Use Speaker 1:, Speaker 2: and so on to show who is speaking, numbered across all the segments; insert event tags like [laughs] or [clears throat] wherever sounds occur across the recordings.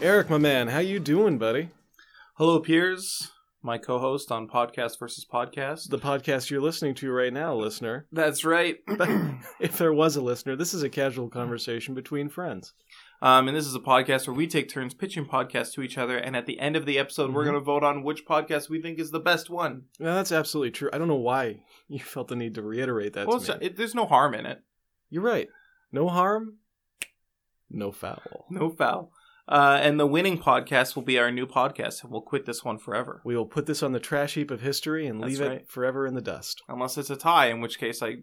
Speaker 1: Eric, my man, how you doing, buddy?
Speaker 2: Hello, peers. My co-host on Podcast versus Podcast.
Speaker 1: The podcast you're listening to right now, listener.
Speaker 2: That's [clears throat] right.
Speaker 1: If there was a listener, this is a casual conversation between friends.
Speaker 2: um, and this is a podcast where we take turns pitching podcasts to each other, and at the end of the episode, we're
Speaker 1: Mhm.
Speaker 2: going to vote on which podcast we think is the best one.
Speaker 1: Now that's absolutely true. I don't know why you [laughs] felt the need to reiterate that.
Speaker 2: well,
Speaker 1: to
Speaker 2: it's-
Speaker 1: me.
Speaker 2: it, there's no harm in it.
Speaker 1: You're right. No harm, no foul.
Speaker 2: No foul. Uh, and the winning podcast will be our new podcast, and we'll quit this one forever.
Speaker 1: We will put this on the trash heap of history and
Speaker 2: That's
Speaker 1: leave
Speaker 2: right.
Speaker 1: it forever in the dust.
Speaker 2: Unless it's a tie, in which case, I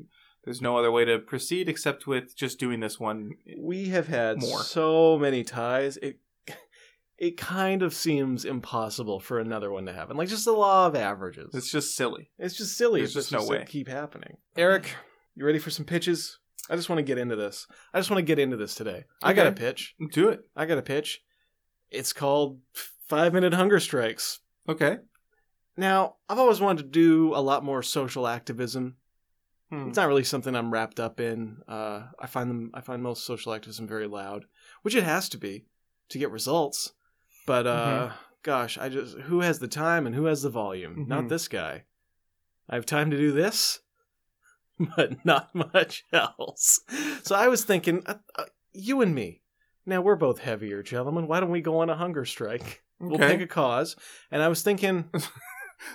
Speaker 2: there's no other way to proceed except with just doing this one.
Speaker 1: We have had
Speaker 2: More.
Speaker 1: so many ties. It [laughs] it kind of seems impossible for another one to happen. Like just the law of averages.
Speaker 2: It's just silly.
Speaker 1: It's just silly.
Speaker 2: There's
Speaker 1: It's
Speaker 2: just no
Speaker 1: to
Speaker 2: way.
Speaker 1: keep happening. Eric, you ready for some pitches? I just want to get into this. I just want to get into this today. I got a
Speaker 2: Okay.
Speaker 1: pitch.
Speaker 2: Do it.
Speaker 1: I got a pitch. It's called Five Minute Hunger Strikes.
Speaker 2: Okay.
Speaker 1: Now, I've always wanted to do a lot more social activism.
Speaker 2: Hmm.
Speaker 1: It's not really something I'm wrapped up in. Uh, I find them. I find most social activism very loud, which it has to be to get results. But uh, gosh, I just who has the time and who has the volume? Not
Speaker 2: Mhm.
Speaker 1: this guy. I have time to do this, [laughs] but not much else. So I was thinking, uh, uh, you and me. Now we're both heavier gentlemen. Why don't we go on a hunger strike? We'll
Speaker 2: Okay.
Speaker 1: pick a cause. And I was thinking,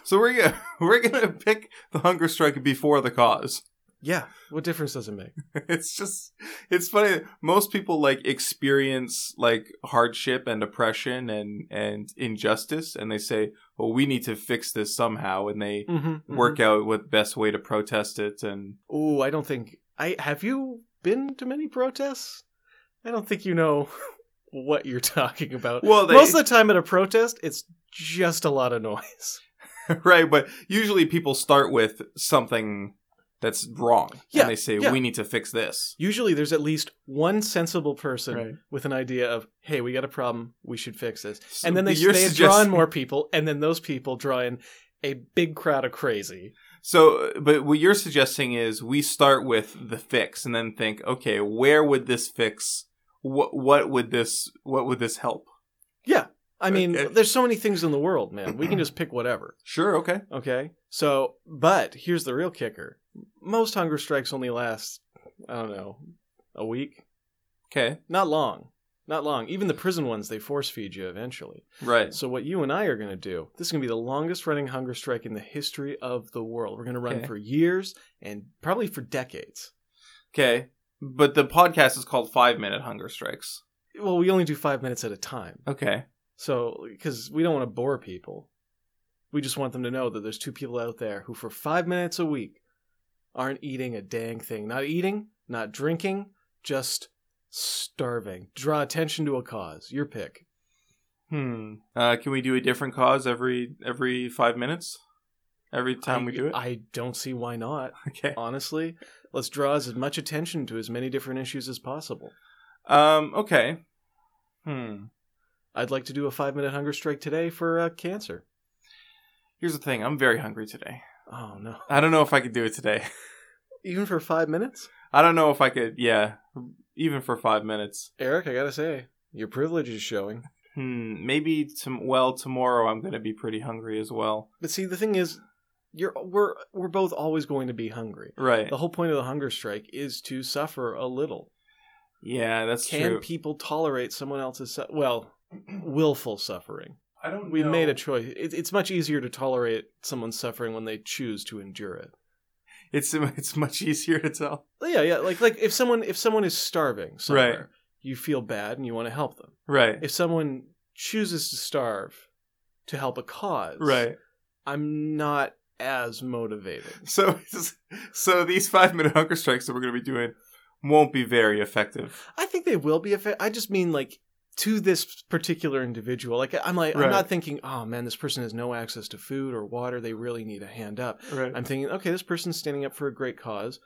Speaker 2: So we're gonna [laughs] we're gonna pick the hunger strike before the cause. [laughs]
Speaker 1: yeah, what difference does it make?
Speaker 2: It's just it's funny. Most people like experience like hardship and oppression and and injustice, and they say, "Well, we need to fix this somehow," and they
Speaker 1: Mm-hmm,
Speaker 2: work out what best way to protest it. And [laughs]
Speaker 1: Oh, I don't think I have you been to many protests. I don't think you know [laughs] what you're talking about.
Speaker 2: well, they,
Speaker 1: Most of the time at a protest, it's just a lot of noise. [laughs]
Speaker 2: right, but usually people start with something that's wrong,
Speaker 1: Yeah,
Speaker 2: and they say,
Speaker 1: yeah.
Speaker 2: "We need to fix this."
Speaker 1: Usually, there's at least one sensible person with an idea of, "Hey, we got a problem. We should fix this."
Speaker 2: So
Speaker 1: And then they,
Speaker 2: you're
Speaker 1: they draw in
Speaker 2: suggesting-
Speaker 1: more people, and then those people draw in a big crowd of crazy.
Speaker 2: So, but what you're suggesting is we start with the fix and then think, okay, where would this fix? What what would this what would this help?
Speaker 1: I mean,
Speaker 2: Okay.
Speaker 1: there's so many things in the world, man.
Speaker 2: [clears throat]
Speaker 1: We can just pick whatever.
Speaker 2: Sure, okay.
Speaker 1: Okay. So, but here's the real kicker. Most hunger strikes only last, I don't know, a week.
Speaker 2: Okay.
Speaker 1: Not long. Not long. Even the prison ones, they force feed you eventually.
Speaker 2: Right.
Speaker 1: So, what you and I are going to do, this is going to be the longest running hunger strike in the history of the world. We're going to run
Speaker 2: Okay.
Speaker 1: for years and probably for decades.
Speaker 2: Okay. But the podcast is called 5 Minute Hunger Strikes.
Speaker 1: Well, we only do five minutes at a time.
Speaker 2: Okay.
Speaker 1: So, because we don't want to bore people, we just want them to know that there's two people out there who, for five minutes a week, aren't eating a dang thing. Not eating, not drinking, just starving. Draw attention to a cause. Your pick.
Speaker 2: Hmm. Uh, can we do a different cause every every 5 minutes? Every time
Speaker 1: I,
Speaker 2: we do it?
Speaker 1: I don't see why not.
Speaker 2: okay.
Speaker 1: Honestly, let's draw as much attention to as many different issues as possible.
Speaker 2: Um okay. Hmm.
Speaker 1: I'd like to do a five minute hunger strike today for uh, cancer.
Speaker 2: Here's the thing. I'm very hungry today.
Speaker 1: Oh, no.
Speaker 2: I don't know if I could do it today. [laughs]
Speaker 1: Even for five minutes?
Speaker 2: I don't know if I could. Yeah, even for five minutes.
Speaker 1: Eric, I gotta say, your privilege is showing.
Speaker 2: Hmm. Maybe. tom well, tomorrow I'm gonna be pretty hungry as well.
Speaker 1: But see, the thing is, you're we're we're both always going to be hungry.
Speaker 2: Right.
Speaker 1: The whole point of the hunger strike is to suffer a little.
Speaker 2: Yeah, that's
Speaker 1: Can
Speaker 2: true.
Speaker 1: people tolerate someone else's su- well, [clears throat] willful suffering?
Speaker 2: I don't.
Speaker 1: We
Speaker 2: know.
Speaker 1: made a choice. It, it's much easier to tolerate someone's suffering when they choose to endure it.
Speaker 2: It's [laughs] it's much easier to tell.
Speaker 1: Yeah, yeah. Like like if someone if someone is starving somewhere, you feel bad and you want to help them.
Speaker 2: Right.
Speaker 1: If someone chooses to starve to help a cause,
Speaker 2: Right.
Speaker 1: I'm not as motivated.
Speaker 2: So [laughs] so these five minute hunger strikes that we're gonna be doing won't be very effective.
Speaker 1: I think they will be effective. I just mean like to this particular individual. Like I'm like I'm
Speaker 2: Right.
Speaker 1: not thinking, oh man, this person has no access to food or water. They really need a hand up.
Speaker 2: Right.
Speaker 1: I'm thinking, okay, this person's standing up for a great cause.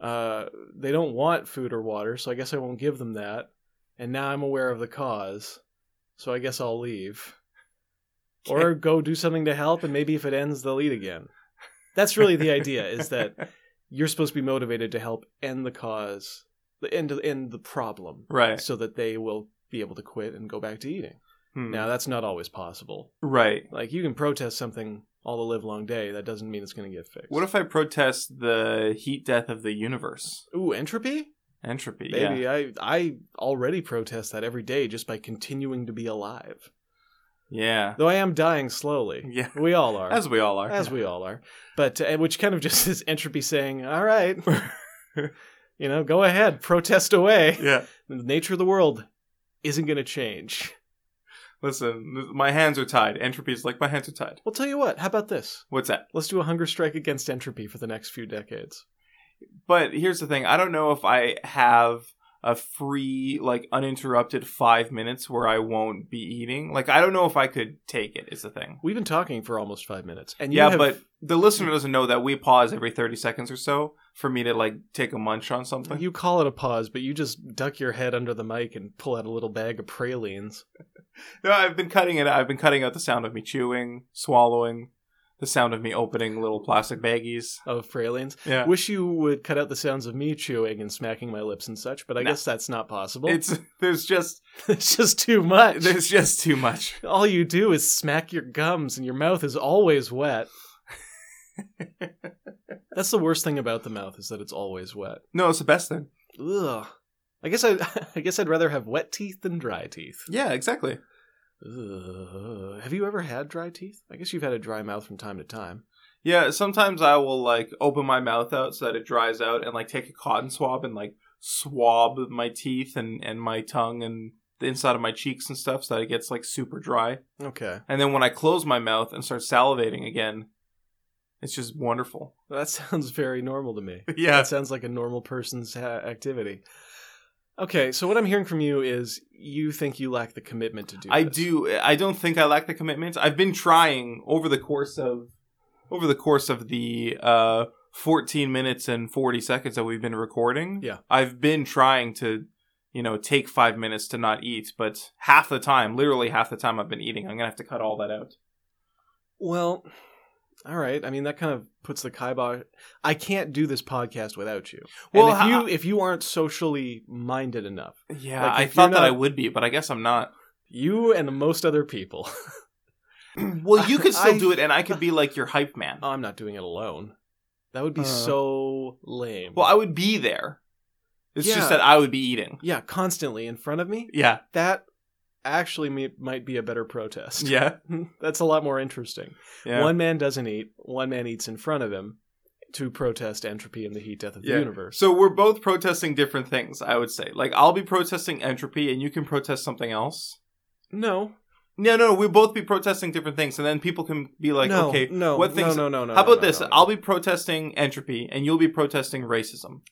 Speaker 1: Uh, they don't want food or water, so I guess I won't give them that. And now I'm aware of the cause, so I guess I'll leave or go do something to help. And maybe if it ends, they'll eat again. That's really the idea: is that
Speaker 2: [laughs]
Speaker 1: you're supposed to be motivated to help end the cause, the end, end the problem [laughs]
Speaker 2: right.
Speaker 1: so that they will be able to quit and go back to eating.
Speaker 2: Hmm.
Speaker 1: Now that's not always possible.
Speaker 2: Right.
Speaker 1: Like you can protest something all the live long day. That doesn't mean it's going to get fixed.
Speaker 2: What if I protest the heat death of the universe?
Speaker 1: Ooh, entropy?
Speaker 2: Entropy.
Speaker 1: Baby,
Speaker 2: Yeah.
Speaker 1: I I already protest that every day just by continuing to be alive.
Speaker 2: Yeah.
Speaker 1: Though I am dying slowly. [laughs]
Speaker 2: Yeah.
Speaker 1: We all are.
Speaker 2: As we all are.
Speaker 1: as we all are. But uh, which kind of just [laughs] is entropy saying, "All
Speaker 2: [laughs]
Speaker 1: right, you know, go ahead, protest away.
Speaker 2: [laughs] Yeah.
Speaker 1: The nature of the world isn't going to change."
Speaker 2: Listen, th- my hands are tied. Entropy is like my hands are tied.
Speaker 1: Well, tell you what. How about this?
Speaker 2: What's that?
Speaker 1: Let's do a hunger strike against entropy for the next few decades.
Speaker 2: But here's the thing. I don't know if I have a free, like, uninterrupted five minutes where I won't be eating. Like, I don't know if I could take it. Is the thing.
Speaker 1: We've been talking for almost five minutes, and you
Speaker 2: Yeah,
Speaker 1: have-
Speaker 2: but the listener doesn't know that we pause every thirty seconds or so for me to like take a munch on something.
Speaker 1: you call it a pause, but you just duck your head under the mic and pull out a little bag of pralines.
Speaker 2: No, I've been cutting it. I've been cutting out the sound of me chewing, swallowing, the sound of me opening little plastic baggies.
Speaker 1: Of pralines.
Speaker 2: Yeah,
Speaker 1: Wish you would cut out the sounds of me chewing and smacking my lips and such, but I
Speaker 2: No.
Speaker 1: guess that's not possible. [laughs] It's,
Speaker 2: it's there's just
Speaker 1: just too much.
Speaker 2: there's just too much.
Speaker 1: All you do is smack your gums, and your mouth is always
Speaker 2: [laughs]
Speaker 1: wet. That's the worst thing about the mouth is that it's always wet.
Speaker 2: No, it's the best thing.
Speaker 1: Ugh. I guess I, I guess I'd [laughs] rather have wet teeth than dry teeth.
Speaker 2: Yeah, exactly.
Speaker 1: Ugh. Have you ever had dry teeth? I guess you've had a dry mouth from time to time.
Speaker 2: Yeah, sometimes I will like open my mouth out so that it dries out, and like take a cotton swab and like swab my teeth and and my tongue and the inside of my cheeks and stuff so that it gets like super dry.
Speaker 1: Okay,
Speaker 2: And then when I close my mouth and start salivating again, it's just wonderful.
Speaker 1: that [laughs] sounds very normal to me.
Speaker 2: Yeah.
Speaker 1: That sounds like a normal person's ha- activity. Okay, so what I'm hearing from you is you think you lack the commitment to do.
Speaker 2: I
Speaker 1: this.
Speaker 2: do. I don't think I lack the commitment. I've been trying over the course of over the course of the uh, 14 minutes and 40 seconds that we've been recording.
Speaker 1: Yeah.
Speaker 2: I've been trying to, you know, take five minutes to not eat, but half the time, literally half the time, I've been eating. I'm gonna have to cut all that out.
Speaker 1: Well, all right. I mean, that kind of puts the kibosh. I can't do this podcast without you. Well,
Speaker 2: Well,
Speaker 1: if
Speaker 2: ho-
Speaker 1: you if you aren't socially minded enough,
Speaker 2: Yeah,
Speaker 1: Like,
Speaker 2: I
Speaker 1: if
Speaker 2: thought
Speaker 1: you're
Speaker 2: that I
Speaker 1: not-
Speaker 2: would be, but I guess I'm not. [clears throat]
Speaker 1: you and most other people, [laughs]
Speaker 2: well, you could still
Speaker 1: I- Um,
Speaker 2: do it, and I could be like your hype man.
Speaker 1: Oh, I'm not doing it alone. That would be
Speaker 2: Uh.
Speaker 1: so lame.
Speaker 2: well, I would be there. It's
Speaker 1: Yeah.
Speaker 2: just that I would be eating.
Speaker 1: yeah, constantly in front of me.
Speaker 2: Yeah,
Speaker 1: That actually me- might be a better protest. [laughs]
Speaker 2: yeah,
Speaker 1: that's a lot more interesting.
Speaker 2: yeah.
Speaker 1: One man doesn't eat. One man eats in front of him to protest entropy and the heat death of the
Speaker 2: Yeah.
Speaker 1: universe.
Speaker 2: So we're both protesting different things, I would say. Like I'll be protesting entropy and you can protest something else.
Speaker 1: No,
Speaker 2: No, no, we both be protesting different things and then people can be like,
Speaker 1: no,
Speaker 2: okay,
Speaker 1: no,
Speaker 2: what things-
Speaker 1: no, no, no, no.
Speaker 2: how about
Speaker 1: no,
Speaker 2: this?
Speaker 1: no, no.
Speaker 2: I'll be protesting entropy and you'll be protesting racism.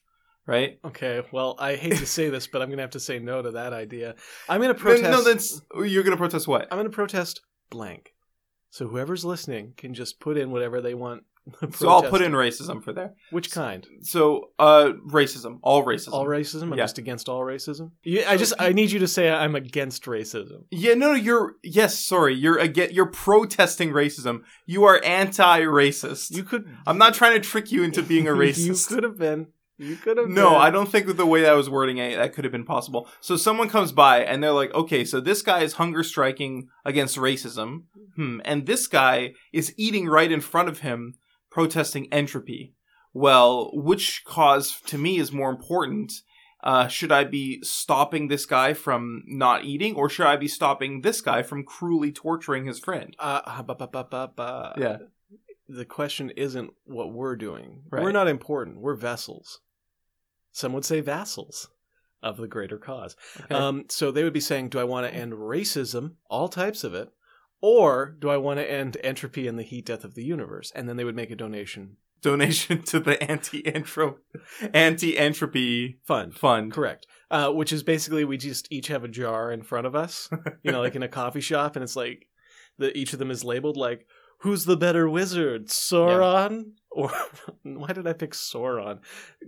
Speaker 2: Right?
Speaker 1: Okay, well, I hate to say this, but I'm gonna have to say no to that idea. I'm gonna
Speaker 2: [laughs] Then-
Speaker 1: protest.
Speaker 2: No, that's you're gonna protest what?
Speaker 1: I'm gonna protest blank. So whoever's listening can just put in whatever they want. [laughs]
Speaker 2: So I'll put
Speaker 1: protesting.
Speaker 2: in racism for there.
Speaker 1: which kind?
Speaker 2: So uh racism. All racism.
Speaker 1: All racism? I'm
Speaker 2: Yeah.
Speaker 1: just against all racism. Yeah, I just I need you to say I'm against racism.
Speaker 2: yeah, no, you're yes, sorry. You're again you're protesting racism. You are anti racist.
Speaker 1: You could.
Speaker 2: I'm not trying to trick you into being a racist.
Speaker 1: [laughs] you could have been. You could have.
Speaker 2: No,
Speaker 1: been.
Speaker 2: I don't think that the way that I was wording it, that could have been possible. So someone comes by and they're like, okay, so this guy is hunger striking against racism. Hmm. And this guy is eating right in front of him, protesting entropy. Well, which cause to me is more important? Uh, should I be stopping this guy from not eating, or should I be stopping this guy from cruelly torturing his friend? [laughs]
Speaker 1: Uh, uh, ba, ba, ba, ba, ba.
Speaker 2: Yeah.
Speaker 1: The question isn't what we're doing.
Speaker 2: Right.
Speaker 1: We're not important. We're vessels. Some would say vassals of the greater cause.
Speaker 2: Okay.
Speaker 1: Um, so they would be saying, do I want to end racism, all types of it, or do I want to end entropy and the heat death of the universe? And then they would make a donation
Speaker 2: Donation to the anti-entro, anti-entropy
Speaker 1: fund.
Speaker 2: fund.
Speaker 1: Correct. Uh, which is basically we just each have a jar in front of
Speaker 2: [laughs]
Speaker 1: us, you know, like in a coffee shop, and it's like the each of them is labeled like who's the better wizard, Sauron or [laughs] why did I pick Sauron?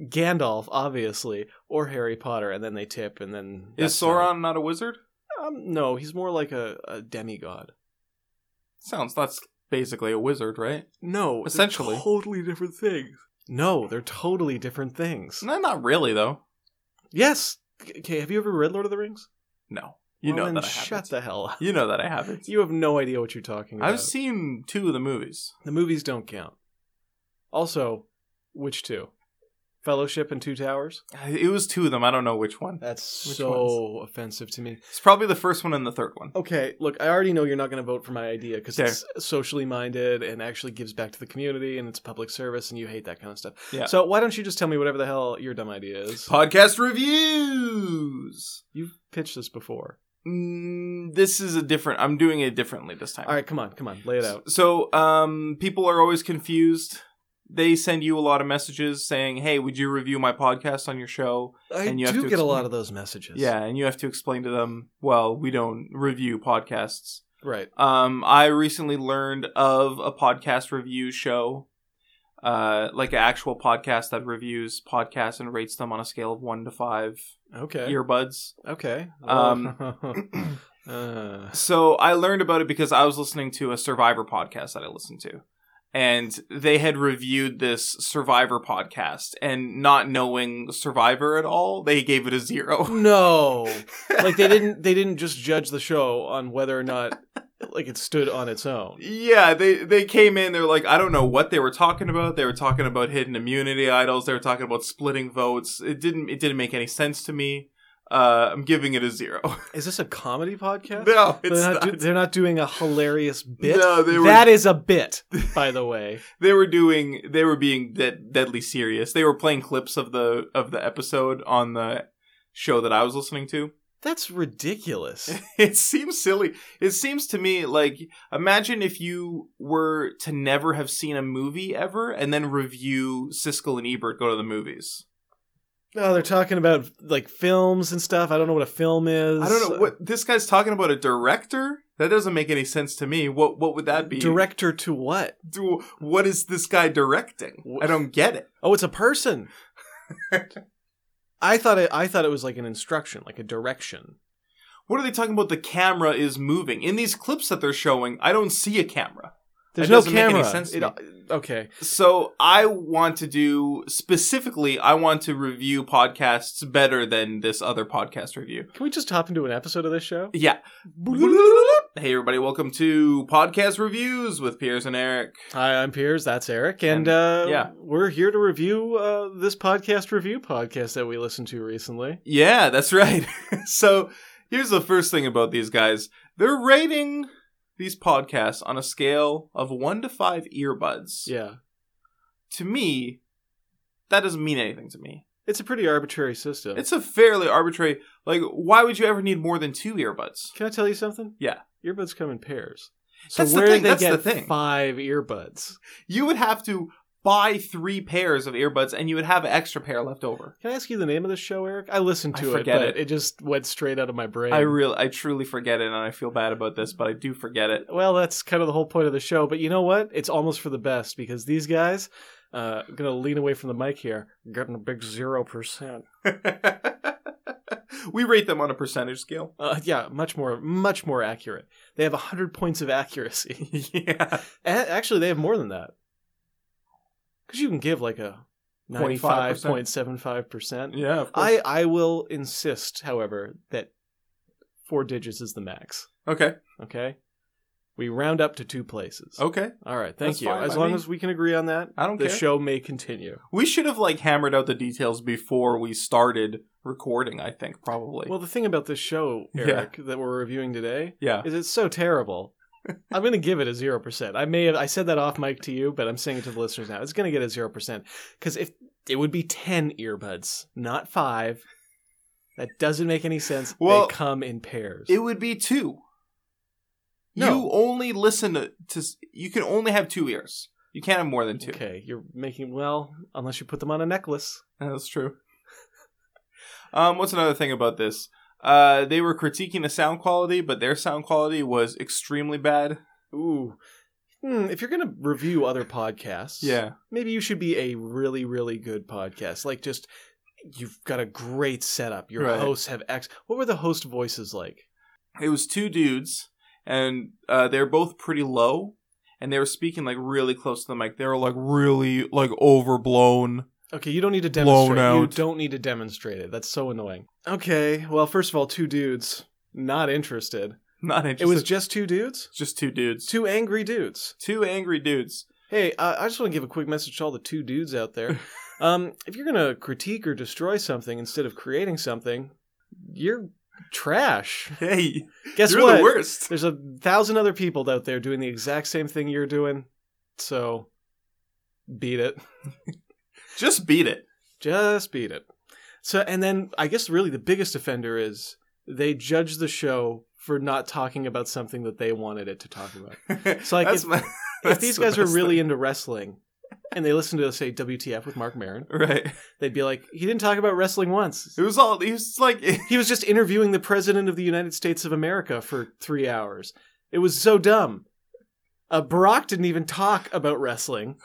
Speaker 1: Gandalf, obviously, or Harry Potter, and then they tip, and then
Speaker 2: Is
Speaker 1: that's how-
Speaker 2: Sauron not a wizard?
Speaker 1: Um, no, he's more like a, a demigod.
Speaker 2: Sounds that's basically a wizard, right?
Speaker 1: No, they're
Speaker 2: Essentially.
Speaker 1: totally different things. No, they're totally different things.
Speaker 2: No, not really though.
Speaker 1: Yes. Okay, have you ever read Lord of the Rings?
Speaker 2: No. You
Speaker 1: Well,
Speaker 2: know
Speaker 1: then
Speaker 2: that I
Speaker 1: shut
Speaker 2: haven't.
Speaker 1: the hell up.
Speaker 2: You know that I haven't.
Speaker 1: You have no idea what you're talking about.
Speaker 2: I've seen two of the movies.
Speaker 1: The movies don't count. Also, which two? Fellowship and Two Towers?
Speaker 2: It was two of them. I don't know which one.
Speaker 1: That's
Speaker 2: Which
Speaker 1: so offensive to me.
Speaker 2: It's probably the first one and the third one.
Speaker 1: Okay, look, I already know you're not going to vote for my idea because
Speaker 2: Fair.
Speaker 1: it's socially minded and actually gives back to the community and it's public service and you hate that kind of stuff.
Speaker 2: Yeah.
Speaker 1: So why don't you just tell me whatever the hell your dumb idea is?
Speaker 2: Podcast reviews.
Speaker 1: You've pitched this before.
Speaker 2: Mm, this is a different. I'm doing it differently this time.
Speaker 1: All right, come on, come on, lay it out.
Speaker 2: So, um, people are always confused. They send you a lot of messages saying, "Hey, would you review my podcast on your show?"
Speaker 1: I
Speaker 2: And you have
Speaker 1: do
Speaker 2: to
Speaker 1: get a
Speaker 2: explain-
Speaker 1: lot of those messages.
Speaker 2: Yeah, and you have to explain to them, "Well, we don't review podcasts."
Speaker 1: Right.
Speaker 2: Um, I recently learned of a podcast review show, uh, like an actual podcast that reviews podcasts and rates them on a scale of one to five
Speaker 1: Okay.
Speaker 2: earbuds.
Speaker 1: Okay.
Speaker 2: Um,
Speaker 1: [coughs] Uh,
Speaker 2: So I learned about it because I was listening to a Survivor podcast that I listened to. And they had reviewed this Survivor podcast and not knowing Survivor at all, they gave it a zero. [laughs]
Speaker 1: no. like they didn't they didn't just judge the show on whether or not like it stood on its own.
Speaker 2: Yeah, they they came in. They're like, I don't know what they were talking about. They were talking about hidden immunity idols. They were talking about splitting votes. It didn't it didn't make any sense to me. Uh, I'm giving it a zero. [laughs]
Speaker 1: Is this a comedy podcast?
Speaker 2: no, it's
Speaker 1: they're, not
Speaker 2: not.
Speaker 1: do- they're not doing a hilarious bit.
Speaker 2: No, they were-
Speaker 1: That is a
Speaker 2: [laughs]
Speaker 1: bit, by the way.
Speaker 2: they were doing. They were being dead, deadly serious. They were playing clips of the of the episode on the show that I was listening to. [laughs]
Speaker 1: That's ridiculous.
Speaker 2: It seems silly. It seems to me like imagine if you were to never have seen a movie ever and then review Siskel and Ebert go to the movies.
Speaker 1: No, Oh, they're talking about like films and stuff. I don't know what a film is.
Speaker 2: I don't know what this guy's talking about. A director? That doesn't make any sense to me. What What would that be?
Speaker 1: Director to what?
Speaker 2: Do- What is this guy directing?
Speaker 1: Wh-
Speaker 2: I don't get it.
Speaker 1: Oh, it's a
Speaker 2: [laughs]
Speaker 1: person. I thought it, I thought it was like an instruction, like a direction.
Speaker 2: What are they talking about? The camera is moving in these clips that they're showing. I don't see a camera.
Speaker 1: There's
Speaker 2: That
Speaker 1: no
Speaker 2: doesn't make any
Speaker 1: camera.
Speaker 2: sense to
Speaker 1: It- okay.
Speaker 2: So I want to do specifically. I want to review podcasts better than this other podcast review.
Speaker 1: Can we just hop into an episode of this show?
Speaker 2: Yeah. Hey everybody, welcome to podcast reviews with Piers and Eric.
Speaker 1: Hi, I'm Piers. That's Eric, and,
Speaker 2: And,
Speaker 1: uh,
Speaker 2: yeah.
Speaker 1: we're here to review uh, this podcast review podcast that we listened to recently.
Speaker 2: Yeah, that's right. [laughs] so here's the first thing about these guys they're rating these podcasts on a scale of one to five earbuds.
Speaker 1: Yeah,
Speaker 2: To me, that doesn't mean anything to me.
Speaker 1: it's a pretty arbitrary system.
Speaker 2: It's a fairly arbitrary, like, why would you ever need more than two earbuds?
Speaker 1: Can I tell you something?
Speaker 2: Yeah.
Speaker 1: earbuds come in pairs. So
Speaker 2: That's the
Speaker 1: where
Speaker 2: thing,
Speaker 1: did they
Speaker 2: that's
Speaker 1: get
Speaker 2: the thing.
Speaker 1: five earbuds?
Speaker 2: You would have to buy three pairs of earbuds and you would have an extra pair left over.
Speaker 1: Can I ask you the name of the show, Eric? I listened
Speaker 2: I
Speaker 1: to it,
Speaker 2: forget
Speaker 1: but it.
Speaker 2: it.
Speaker 1: just went straight out of my brain.
Speaker 2: I really, I truly forget it and I feel bad about this, but I do forget it. [laughs]
Speaker 1: well, that's kind of the whole point of the show. But you know what? It's almost for the best because these guys, uh, I'm gonna lean away from the mic here, getting a big zero percent.
Speaker 2: we rate them on a percentage scale.
Speaker 1: Uh, yeah, much more, much more accurate. They have hundred points of accuracy. [laughs]
Speaker 2: yeah.
Speaker 1: A- Actually, they have more than that because you can give like a
Speaker 2: 25%.
Speaker 1: ninety-five point seven five percent.
Speaker 2: Yeah, of course.
Speaker 1: I I will insist, however, that four digits is the max.
Speaker 2: okay.
Speaker 1: Okay, we round up to two places.
Speaker 2: Okay.
Speaker 1: All right, thank
Speaker 2: Oh, That's
Speaker 1: you.
Speaker 2: fine
Speaker 1: As
Speaker 2: by
Speaker 1: long
Speaker 2: me.
Speaker 1: as we can agree on that,
Speaker 2: I don't
Speaker 1: the
Speaker 2: care.
Speaker 1: show may continue.
Speaker 2: we should have like hammered out the details before we started recording, I think, probably.
Speaker 1: Well, the thing about this show,
Speaker 2: Yeah.
Speaker 1: Eric, that we're reviewing today
Speaker 2: yeah.
Speaker 1: is it's so terrible. I'm going to give it a 0%. I may have I said that off mic to you, but I'm saying it to the listeners now. It's going to get a 0% cuz if it would be 10 earbuds, not 5. That doesn't make any sense.
Speaker 2: Well,
Speaker 1: they come in pairs.
Speaker 2: It would be two. You
Speaker 1: No.
Speaker 2: only listen to, to s- you can only have two ears. You can't have more than two.
Speaker 1: okay, you're making well, unless you put them on a necklace.
Speaker 2: Yeah, [laughs] That's true. um, what's another thing about this? Uh, they were critiquing the sound quality, but their sound quality was extremely bad.
Speaker 1: Ooh. Hmm, if you're going to review other podcasts, maybe you should be a really really good podcast like just you've got a great setup your
Speaker 2: Right.
Speaker 1: hosts have ex what were the host voices like
Speaker 2: it was two dudes and uh, they were both pretty low and they were speaking like really close to the mic they were like really like overblown [laughs]
Speaker 1: okay you don't need to
Speaker 2: Blown
Speaker 1: demonstrate you
Speaker 2: out.
Speaker 1: don't need to demonstrate it that's so annoying okay well first of all two dudes Not interested.
Speaker 2: Not
Speaker 1: It
Speaker 2: interested.
Speaker 1: was just two dudes,
Speaker 2: just two dudes. Two,
Speaker 1: two angry dudes.
Speaker 2: angry dudes.
Speaker 1: Hey, uh, I, I just want to give a quick message to all the two dudes out [laughs] there. Um, if you're gonna critique or destroy something instead of creating something, you're [laughs] trash.
Speaker 2: Hey,
Speaker 1: Guess
Speaker 2: you're
Speaker 1: what?
Speaker 2: the worst.
Speaker 1: There's a thousand other people out there doing the exact same thing you're doing, so beat it.
Speaker 2: Just beat it.
Speaker 1: Just beat it. So, and then I guess really the biggest offender is they judge the show for not talking about something that they wanted it to talk about. [laughs]
Speaker 2: It's
Speaker 1: like if- if these guys were really into wrestling and they listened to say WTF with Mark Maron,
Speaker 2: right,
Speaker 1: they'd be like, he didn't talk about wrestling once.
Speaker 2: it was all. He was like,
Speaker 1: He was just interviewing the president of the United States of America for three hours. It was so dumb. Uh, Barack didn't even talk about wrestling.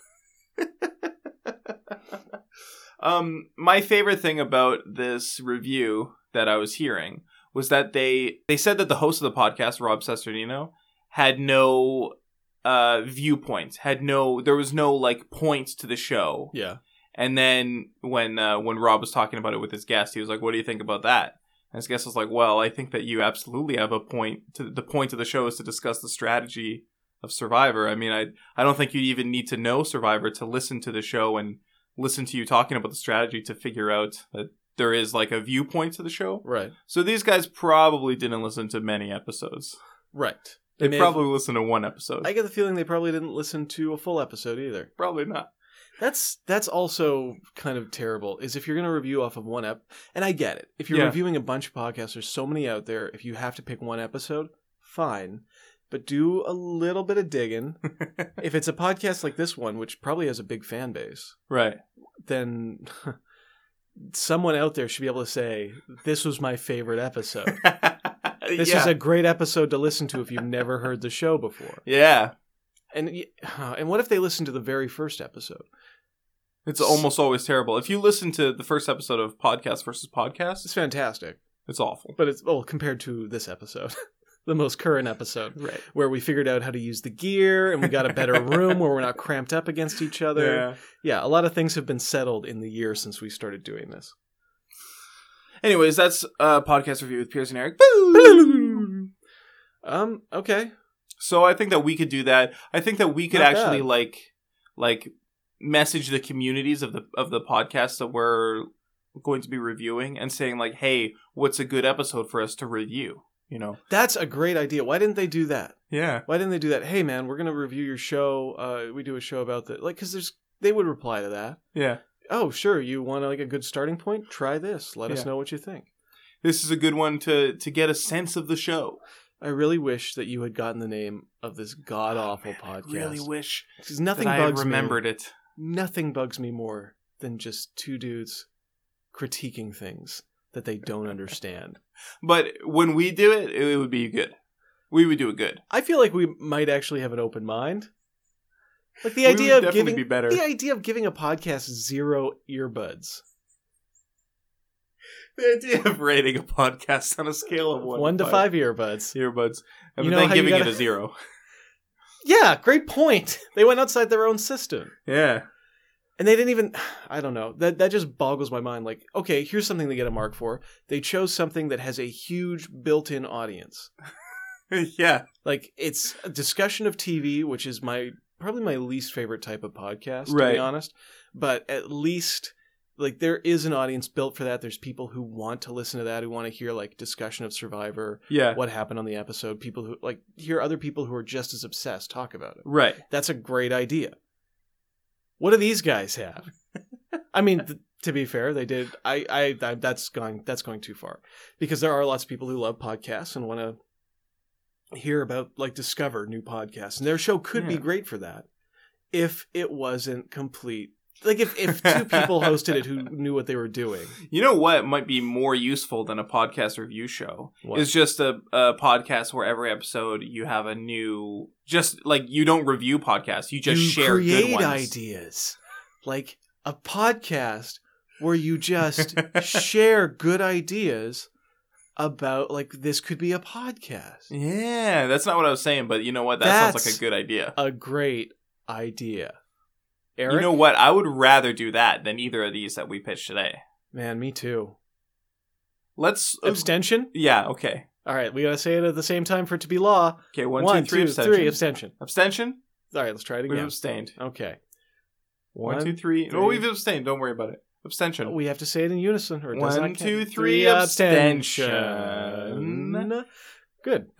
Speaker 2: Um, my favorite thing about this review that I was hearing was that they they said that the host of the podcast, Rob Sesternino, had no uh viewpoint, had no there was no like point to the show.
Speaker 1: Yeah.
Speaker 2: And then when uh, when Rob was talking about it with his guest, he was like, "What do you think about that?" And his guest was like, "Well, I think that you absolutely have a point. To, the point of the show is to discuss the strategy of Survivor. I mean, I I don't think you even need to know Survivor to listen to the show and listen to you talking about the strategy to figure out that there is like a viewpoint to the show.
Speaker 1: Right.
Speaker 2: So these guys probably didn't listen to many episodes.
Speaker 1: Right.
Speaker 2: They,
Speaker 1: may have-
Speaker 2: probably listened to one episode.
Speaker 1: I get the feeling they probably didn't listen to a full episode either.
Speaker 2: probably not.
Speaker 1: [laughs] That's that's also kind of terrible. Is if you're going to review off of one ep, and I get it. If you're
Speaker 2: Yeah.
Speaker 1: reviewing a bunch of podcasts, there's so many out there. If you have to pick one episode, fine, but do a little bit of
Speaker 2: [laughs]
Speaker 1: digging. if it's a podcast like this one, which probably has a big fan base,
Speaker 2: Right.
Speaker 1: then [laughs] someone out there should be able to say, "This was my favorite episode. This
Speaker 2: [laughs] yeah.
Speaker 1: is a great episode to listen to if you've never heard the show before."
Speaker 2: yeah.
Speaker 1: And y- and what if they listen to the very first episode?
Speaker 2: It's almost always terrible. If you listen to the first episode of Podcast versus
Speaker 1: It's
Speaker 2: Podcast,
Speaker 1: fantastic.
Speaker 2: it's awful.
Speaker 1: but it's well compared to this episode [laughs] the most current episode
Speaker 2: Right.
Speaker 1: where we figured out how to use the gear and we got a better room where we're not cramped up against each other yeah.
Speaker 2: Yeah.
Speaker 1: a lot of things have been settled in the year since we started doing this
Speaker 2: Anyways, that's uh, podcast review with Pierce and Eric. Boo!
Speaker 1: um okay
Speaker 2: So I think that we could do that. I think that we could
Speaker 1: Not
Speaker 2: actually
Speaker 1: bad.
Speaker 2: like like message the communities of the of the podcasts that we're going to be reviewing and saying like, "Hey, what's a good episode for us to review?" You know.
Speaker 1: that's a great idea why didn't they do that
Speaker 2: Yeah.
Speaker 1: why didn't they do that hey man we're gonna review your show uh we do a show about that like because there's they would reply to that
Speaker 2: Yeah.
Speaker 1: oh sure you want like a good starting point try this let us
Speaker 2: Yeah.
Speaker 1: know what you think
Speaker 2: This is a good one to to get a sense of the show.
Speaker 1: i really wish that you had gotten the name of this god awful
Speaker 2: I
Speaker 1: podcast
Speaker 2: really wish
Speaker 1: Because nothing
Speaker 2: that I had
Speaker 1: bugs
Speaker 2: remembered it.
Speaker 1: me. Nothing bugs me more than just two dudes critiquing things that they
Speaker 2: [laughs]
Speaker 1: don't understand.
Speaker 2: But when we do it, it would be good. We would do it good.
Speaker 1: I feel like we might actually have an open mind. Like the
Speaker 2: We
Speaker 1: idea
Speaker 2: would
Speaker 1: of
Speaker 2: definitely
Speaker 1: giving
Speaker 2: be better.
Speaker 1: the idea of giving a podcast zero earbuds,
Speaker 2: The idea of rating a podcast on a scale of
Speaker 1: one,
Speaker 2: one,
Speaker 1: to five, earbuds.
Speaker 2: earbuds, and
Speaker 1: You know
Speaker 2: then
Speaker 1: how you
Speaker 2: giving
Speaker 1: gotta-
Speaker 2: it a zero. [laughs]
Speaker 1: Yeah, great point. [laughs] They went outside their own system.
Speaker 2: Yeah, [laughs]
Speaker 1: And they didn't even [sighs] I don't know. That that just boggles my mind. Like, okay, here's something to get a mark for. They chose something that has a huge built-in audience.
Speaker 2: yeah,
Speaker 1: like it's a discussion of TV, which is my probably my least favorite type of podcast, to be
Speaker 2: Right.
Speaker 1: honest. But at least like there is an audience built for that. There's people who want to listen to that, who want to hear like discussion of Survivor,
Speaker 2: yeah.
Speaker 1: what happened on the episode, people who like hear other people who are just as obsessed talk about it.
Speaker 2: Right.
Speaker 1: That's a great idea. What do these guys have? I mean, th- to be fair, they did. I, I, I, that's going, that's going too far, because there are lots of people who love podcasts and want to hear about, like, discover new podcasts, and their show could be
Speaker 2: Yeah.
Speaker 1: great for that, if it wasn't complete. Like, if if two people hosted it who knew what they were
Speaker 2: [laughs]
Speaker 1: doing,
Speaker 2: You know what might be more useful than a podcast review show
Speaker 1: What?
Speaker 2: is just a, a podcast where every episode you have a new, just like you don't review podcasts, you just
Speaker 1: you
Speaker 2: share
Speaker 1: create
Speaker 2: good ones.
Speaker 1: ideas, like a podcast where you
Speaker 2: [laughs]
Speaker 1: just share good ideas about like this could be a podcast.
Speaker 2: Yeah, that's not what I was saying, but you know what? That sounds like
Speaker 1: That's-
Speaker 2: a good idea.
Speaker 1: A great idea. Eric,
Speaker 2: You know what? I would rather do that than either of these that we pitched today.
Speaker 1: man, me too.
Speaker 2: Let's Uh,
Speaker 1: Abstention?
Speaker 2: Yeah, okay.
Speaker 1: All right, we gotta say it at the same time for it to be law.
Speaker 2: Okay,
Speaker 1: One,
Speaker 2: one,
Speaker 1: two, three,
Speaker 2: abstention.
Speaker 1: abstention.
Speaker 2: abstention?
Speaker 1: All right, let's try it
Speaker 2: We've
Speaker 1: again.
Speaker 2: abstained.
Speaker 1: Okay.
Speaker 2: One,
Speaker 1: One,
Speaker 2: two, three. No,
Speaker 1: three.
Speaker 2: we've abstained. Don't worry about it. Abstention.
Speaker 1: We have to say it in unison, or it does
Speaker 2: One,
Speaker 1: not count.
Speaker 2: two, three, abstention.
Speaker 1: Good,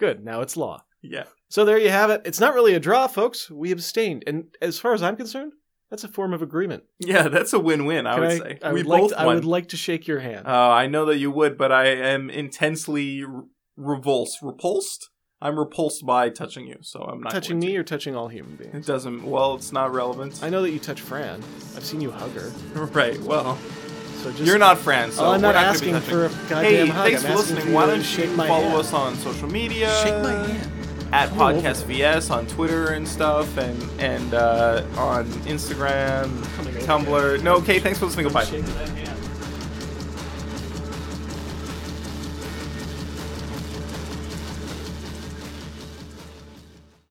Speaker 1: good. Now it's law.
Speaker 2: yeah.
Speaker 1: So there you have it. It's not really a draw, folks. We abstained, and as far as I'm concerned, that's a form of agreement.
Speaker 2: Yeah, that's a win-win, I
Speaker 1: Can
Speaker 2: would say.
Speaker 1: I
Speaker 2: we
Speaker 1: would like
Speaker 2: both
Speaker 1: to- I
Speaker 2: won.
Speaker 1: would like to shake your hand.
Speaker 2: Oh, I know that you would, but I am intensely re- revulsed. Repulsed? I'm repulsed by touching you, so I'm not
Speaker 1: touching
Speaker 2: going
Speaker 1: me
Speaker 2: to.
Speaker 1: or touching all human beings.
Speaker 2: It doesn't. Well, it's not relevant.
Speaker 1: I know that you touch Fran. I've seen you hug her.
Speaker 2: [laughs] Right. Well,
Speaker 1: So just
Speaker 2: you're not friends, so
Speaker 1: Well, Oh, I'm
Speaker 2: we're
Speaker 1: not
Speaker 2: not
Speaker 1: asking
Speaker 2: gonna be touching.
Speaker 1: for a goddamn
Speaker 2: Hey,
Speaker 1: hug.
Speaker 2: thanks
Speaker 1: I'm
Speaker 2: for
Speaker 1: asking
Speaker 2: listening.
Speaker 1: you
Speaker 2: Why
Speaker 1: to
Speaker 2: don't you
Speaker 1: shake my
Speaker 2: follow
Speaker 1: hand.
Speaker 2: us on social media?
Speaker 1: hand.
Speaker 2: at
Speaker 1: Come over.
Speaker 2: podcast vs on Twitter and stuff, and and uh, on Instagram,
Speaker 1: Coming over
Speaker 2: Tumblr. No, okay. Thanks for listening. Goodbye.
Speaker 1: Shake that hand.